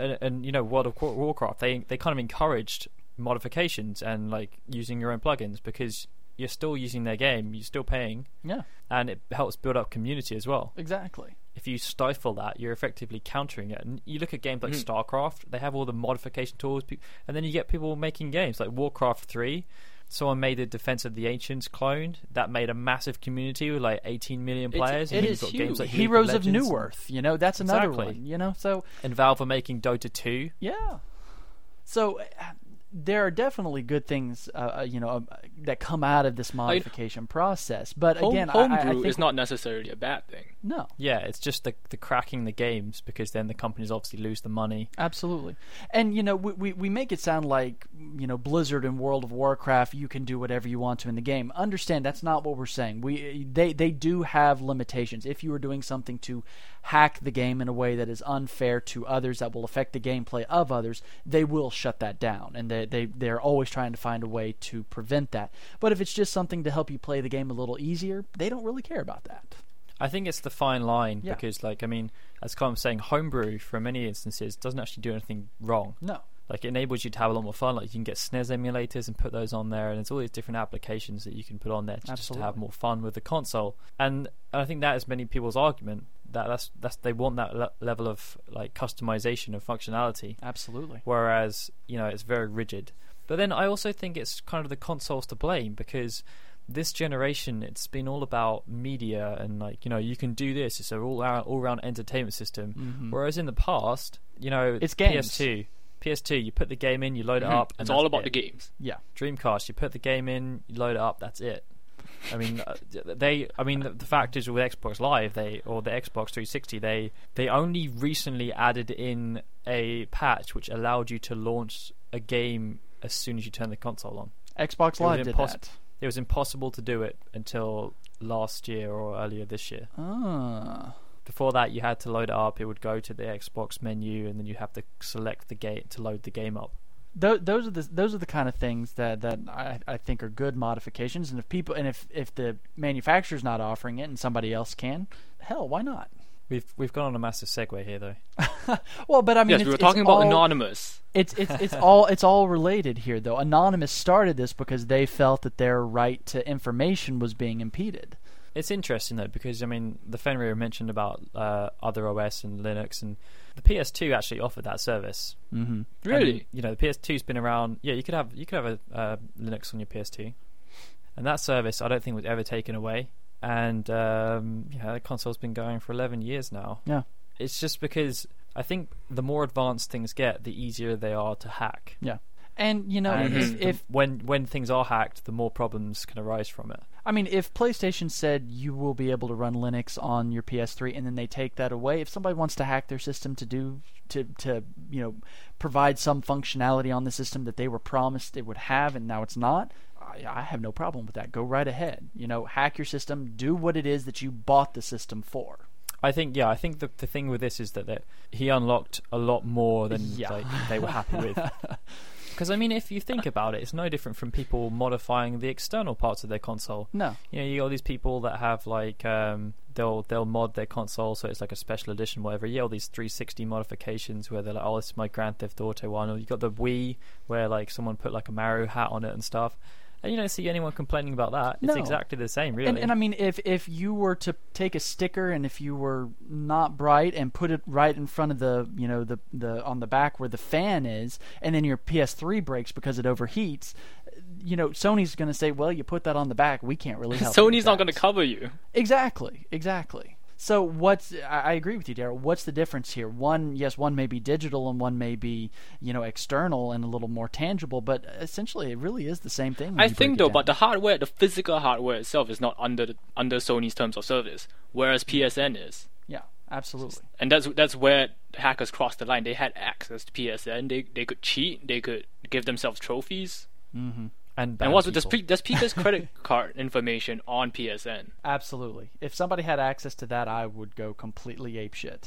A: and, and you know World of War- Warcraft, they they kind of encouraged modifications and like using your own plugins because you're still using their game, you're still paying,
C: yeah,
A: and it helps build up community as well.
C: exactly.
A: If you stifle that, you're effectively countering it. And you look at games like
B: Hmm.
A: StarCraft; they have all the modification tools, pe- and then you get people making games like Warcraft Three. Someone made the Defense of the Ancients clone that made a massive community with like 18 million
B: It's-
A: players.
B: it
A: and
B: is
A: you've got games
B: huge.
A: like League
C: Heroes of
A: Legends
C: New Earth, you know, that's another
A: Exactly.
C: one. You know, so
A: and Valve are making Dota 2.
C: Yeah. So uh, there are definitely good things, uh, uh, you know, um, uh, that come out of this modification process. But
B: Home,
C: again, I- I, I
B: homebrew
C: think
B: is not necessarily a bad thing.
C: no.
A: Yeah, it's just the the cracking the games because then the companies obviously lose the money.
C: Absolutely. And, you know, we, we, we make it sound like, you know, Blizzard and World of Warcraft, you can do whatever you want to in the game. Understand, that's not what we're saying. We They, they do have limitations. If you are doing something to hack the game in a way that is unfair to others, that will affect the gameplay of others, they will shut that down. And they, they, they're always trying to find a way to prevent that. But if it's just something to help you play the game a little easier, they don't really care about that.
A: I think it's the fine line
C: Yeah.
A: because, like, I mean, as Colin was saying, homebrew for many instances doesn't actually do anything wrong.
C: No.
A: Like, it enables you to have a lot more fun. Like, you can get SNES emulators and put those on there, and there's all these different applications that you can put on there to just to have
C: Absolutely.
A: more fun with the console. And, and I think that is many people's argument that that's that's they want that le- level of like customization and functionality.
C: Absolutely.
A: whereas you know it's very rigid. But then I also think it's kind of the consoles to blame because this generation it's been all about media and like you know you can do this. It's an all round all round entertainment system. Whereas in the past, you know,
C: Mm-hmm. It's games. Mm-hmm.
A: PS2, PS2, you put the game in, you load it
B: Mhm.
A: up. And
B: it's all
A: that's
B: about
A: it.
B: the games.
C: Yeah.
A: Dreamcast, you put the game in, you load it up, that's it. I mean, uh, they. I mean, the, the fact is with Xbox Live, they or the Xbox 360, they they only recently added in a patch which allowed you to launch a game as soon as you turn the console on.
C: Xbox
A: It was
C: Live did
A: impossi-
C: that.
A: It was impossible to do it until last year or earlier this year.
C: Ah.
A: Before that, you had to load it up. It would go to the Xbox menu, and then you have to select the game to load the game up.
C: Tho- those are the those are the kind of things that, that I, I think are good modifications and if people and if, if the manufacturer's not offering it and somebody else can hell why not
A: We've we've gone on a massive segue here, though.
C: well but i mean
B: yes,
C: it's,
B: we were
C: it's
B: talking about
C: all,
B: Anonymous.
C: it's it's it's all it's all related here though anonymous started this because they felt that their right to information was being impeded
A: It's interesting though because I mean the Fenrir mentioned about uh, other OS and Linux and the PS2 actually offered that service.
C: mm-hmm.
A: And,
B: Really?
A: you know, the PS2's been around. Yeah, you could have you could have a uh, Linux on your PS2, and that service I don't think was ever taken away. And um, yeah, the console's been going for 11 years now.
C: Yeah.
A: It's just because I think the more advanced things get, the easier they are to hack.
C: yeah and you know
A: And
C: if,
B: Mm-hmm.
A: the-
C: if
A: when when things are hacked, the more problems can arise from it.
C: I mean, if PlayStation said you will be able to run Linux on your PS3, and then they take that away, if somebody wants to hack their system to do to to you know provide some functionality on the system that they were promised it would have, and now it's not. I, I have no problem with that. Go right ahead. You know, hack your system. Do what it is that you bought the system for.
A: I think yeah, I think the the thing with this is that, that he unlocked a lot more than
C: Yeah.
A: like, they were happy with. Because I mean, if you think about it, it's no different from people modifying the external parts of their console.
C: No.
A: You know, you got all these people that have like um, they'll they'll mod their console so it's like a special edition, whatever. Yeah, all these 360 modifications where they're like, oh, this is my Grand Theft Auto one. Or you got the Wii where like someone put like a Mario hat on it and stuff. And you don't see anyone complaining about that. It's
C: No.
A: exactly the same, really.
C: And, and I mean, if if you were to take a sticker and if you were not bright and put it right in front of the you know the the on the back where the fan is, and then your PS3 breaks because it overheats, you know Sony's going to say, well, you put that on the back, we can't really help. you with
B: Sony's not going to
C: that."
B: cover you.
C: Exactly, exactly. So what's I I agree with you, Daryl. What's the difference here? One, yes, one may be digital and one may be you know external and a little more tangible, but essentially it really is the same thing. when
B: I
C: you break
B: think
C: it
B: though,
C: down.
B: but the hardware, the physical hardware itself, is not under the, under Sony's terms of service, whereas
C: Mm.
B: PSN is,
C: yeah, absolutely.
B: and that's that's where hackers crossed the line. They had access to PSN. They they could cheat. They could give themselves trophies.
A: and,
B: and
A: ban
B: what's with does
A: people.
B: P- does Peter's credit card information on PSN?
C: Absolutely. If somebody had access to that, I would go completely apeshit.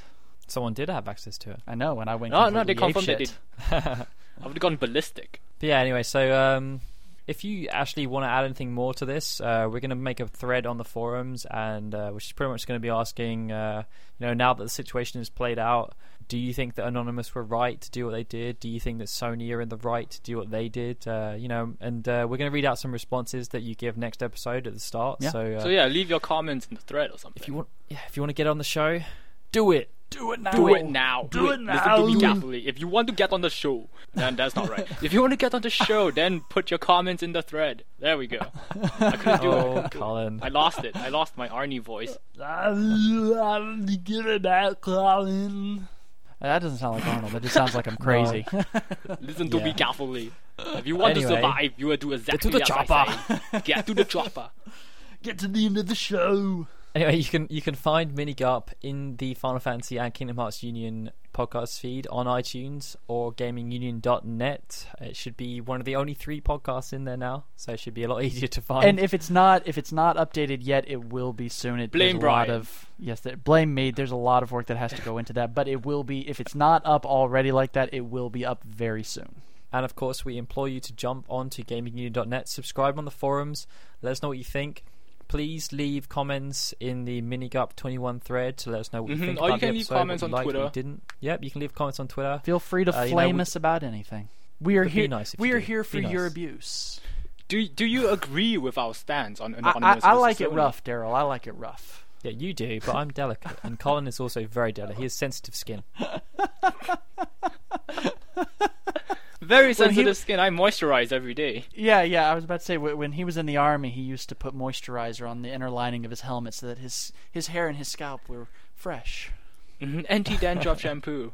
A: someone did have access to it.
C: I know, and I went.
B: No, no, they
C: completely
B: confirmed that
C: apeshit.
B: I would have gone ballistic.
A: But yeah, anyway, so um, if you actually want to add anything more to this, uh, we're going to make a thread on the forums, and uh, which is pretty much going to be asking, uh, you know, now that the situation is played out, do you think that Anonymous were right to do what they did? Do you think that Sony are in the right to do what they did? Uh, you know, and uh, we're going to read out some responses that you give next episode at the start.
C: Yeah.
A: So, uh,
B: So yeah, leave your comments in the thread or something.
A: if you want, yeah, if you want to get on the show, do it.
C: Do it now.
B: do it now.
C: Oh, Do it
B: Listen to me
C: now.
B: carefully. If you want to get on the show, then that's not right. if you want to get on the show, then put your comments in the thread. There we go. I couldn't do
A: Oh,
B: it.
A: Colin.
B: I lost it. I lost my Arnie voice.
C: Get it out, Colin. That doesn't sound like Arnold. That just sounds like I'm crazy.
B: Listen to me
A: Yeah.
B: carefully. If you want to
A: Anyway.
B: survive, you will do exactly
A: the
B: as I say. Get to the chopper.
C: Get to the end of the show.
A: Anyway, you can you can find MiniGup in the Final Fantasy and Kingdom Hearts Union podcast feed on iTunes or GamingUnion.net. It should be one of the only three podcasts in there now, so it should be a lot easier to find.
C: And if it's not, if it's not updated yet, it will be soon. It,
B: Blame
C: there's a lot
B: Brian.
C: of yes, there, blame me. There's a lot of work that has to go into that, but it will be. If it's not up already like that, it will be up very soon.
A: and of course, we implore you to jump onto GamingUnion.net, subscribe on the forums, let us know what you think. Please leave comments in the MiniGup21 thread to let us know what
B: Mhm,
A: you think
B: or
A: about
B: you can
A: the
B: leave
A: episode, what
B: comments
A: you
B: on
A: liked, what you
B: Twitter.
A: didn't. Yep, you can leave comments on Twitter.
C: Feel free to
A: Uh, you know,
C: flame
A: we-
C: us about anything. We are
A: But be
C: here.
A: nice if
C: we
A: you
C: are
A: do.
C: here for
A: Be
C: your
A: nice.
C: abuse.
B: Do Do you agree with our stance on
C: I,
B: anonymous?
C: I- I
B: versus
C: like it
B: Sony?
C: rough, Daryl. I like it rough.
A: Yeah, you do, but I'm delicate, and Colin is also very delicate. He has sensitive skin.
B: Very
C: When he-
B: sensitive skin. I moisturize every day.
C: Yeah, yeah. I was about to say wh- when he was in the army, he used to put moisturizer on the inner lining of his helmet so that his his hair and his scalp were fresh.
B: Mhm, Anti-dandruff shampoo.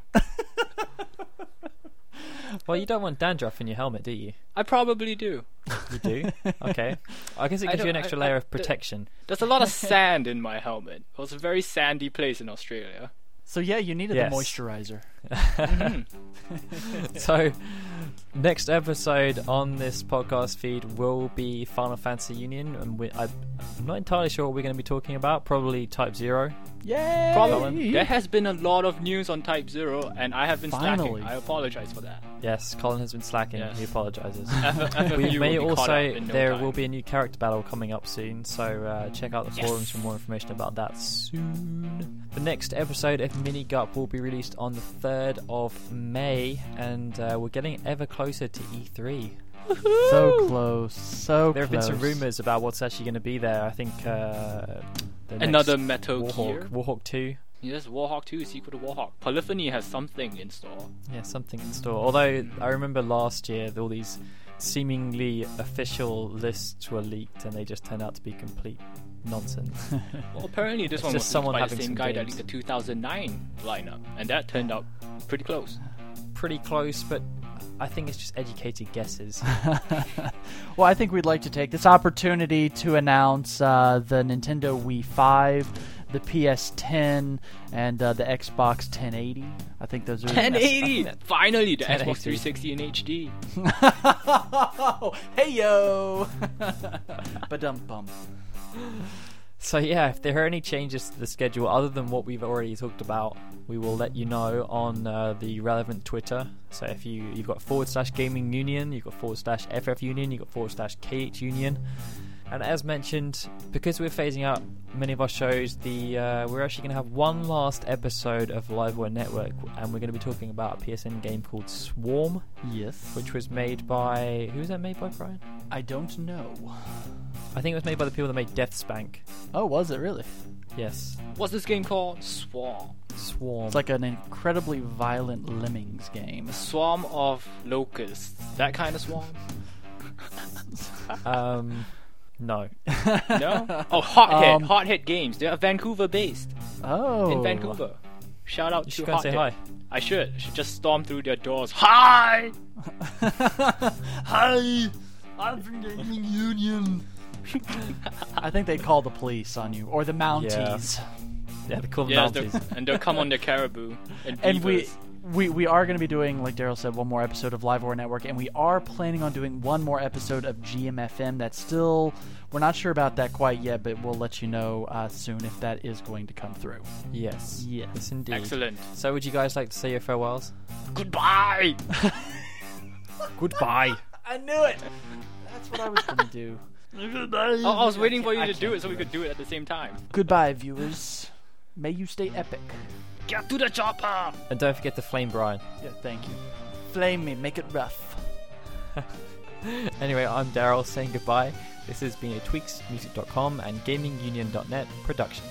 A: Well, you don't want dandruff in your helmet, do you?
B: I probably do.
A: You do? Okay. I guess it
B: I
A: gives you an
B: don't-
A: extra
B: I- I-
A: layer of
B: the-
A: protection.
B: There's a lot of sand in my helmet. It was a very sandy place in Australia. Hmm.
C: So yeah, you needed
A: Yes.
C: the moisturizer.
B: Mm-hmm.
A: So, next episode on this podcast feed will be Final Fantasy Union, and we, I, I'm not entirely sure what we're going to be talking about. Probably Type Zero.
C: Yay!
B: Problem. There has been a lot of news on Type Zero, and I have been
C: Finally.
B: slacking. I apologize for that.
A: Yes, Colin has been slacking.
B: Yes.
A: He apologizes.
B: FFU
A: we
B: will
A: may
B: be caught up
A: also
B: in no
A: there
B: time.
A: will be a new character battle coming up soon, so uh, check out the
B: Yes.
A: forums for more information about that soon. The next episode of Mini Gup will be released on the third of May, and uh, we're getting ever closer to E3.
C: So close. So
A: There have been
C: close.
A: some rumors about what's actually going to be there. I think uh, the
B: another
A: next
B: Metal
A: Warhawk,
B: Gear.
A: Warhawk Two,
B: Yes, Warhawk 2, sequel to Warhawk. Polyphony has something in store.
A: yeah, something in store. Although I remember last year all these seemingly official lists were leaked, and they just turned out to be complete nonsense.
B: Well, apparently this
A: It's
B: one
A: just
B: was
A: someone
B: someone by the
A: having
B: same
A: some
B: guy that
A: games.
B: leaked the 2009 lineup, and that turned out pretty close.
A: pretty close, but I think it's just educated guesses.
C: well, I think we'd like to take this opportunity to announce uh, the Nintendo Wii 5, the PS10, and uh, the Xbox 1080. I think those are
B: 1080.
A: That's-
B: Finally, the
A: 1080.
B: Xbox 360 in HD.
C: hey yo, but dum bum.
A: So yeah, if there are any changes to the schedule other than what we've already talked about, we will let you know on uh, the relevant Twitter. So if you you've got forward slash Gaming Union, you've got forward slash FF Union, you've got forward slash KH Union, and as mentioned, because we're phasing out many of our shows, the uh, we're actually going to have one last episode of Liveware Network, and we're going to be talking about a PSN game called Swarm,
C: Yes,
A: which was made by who was that made by, Brian?
C: I don't know.
A: I think it was made by the people that made Deathspank.
C: Oh, was it really?
A: Yes,
B: What's this game called? Swarm.
A: Swarm.
C: It's like an incredibly violent lemmings game.
B: Swarm of locusts. That kind of swarm?
A: Um, no.
B: No? Oh, Hothead.
C: Um,
B: Hothead Games. They're Vancouver based.
C: Oh,
B: In Vancouver. Shout out
A: You
B: to
A: should go and
B: Hothead.
A: say hi.
B: I should. I should just storm through their doors. Hi!
C: Hi, I'm from Gaming Union. I think they'd call the police on you or the Mounties.
A: Yeah, the Cool
B: Yeah,
A: Mounties.
B: they'll- and they'll come on the caribou. And,
C: And we,
B: beavers.
C: we we are going to be doing, like Daryl said, one more episode of Live War Network, and we are planning on doing one more episode of GMFM. That's still we're not sure about that quite yet, but we'll let you know uh, soon if that is going to come through.
A: Yes.
C: Yes.
A: Yes, indeed.
B: Excellent.
A: So, would you guys like to say your farewells?
B: Goodbye!
A: Goodbye.
C: I knew it. That's what I was going to do.
B: I, I was waiting for you to do it so we could do it at the same time.
C: Goodbye, viewers. May you stay epic.
B: Get to the chopper!
A: And don't forget to flame Brian.
C: Yeah, thank you. Flame me, make it rough.
A: Anyway, I'm Daryl saying goodbye. This has been a TweaksMusic.com and GamingUnion.net production.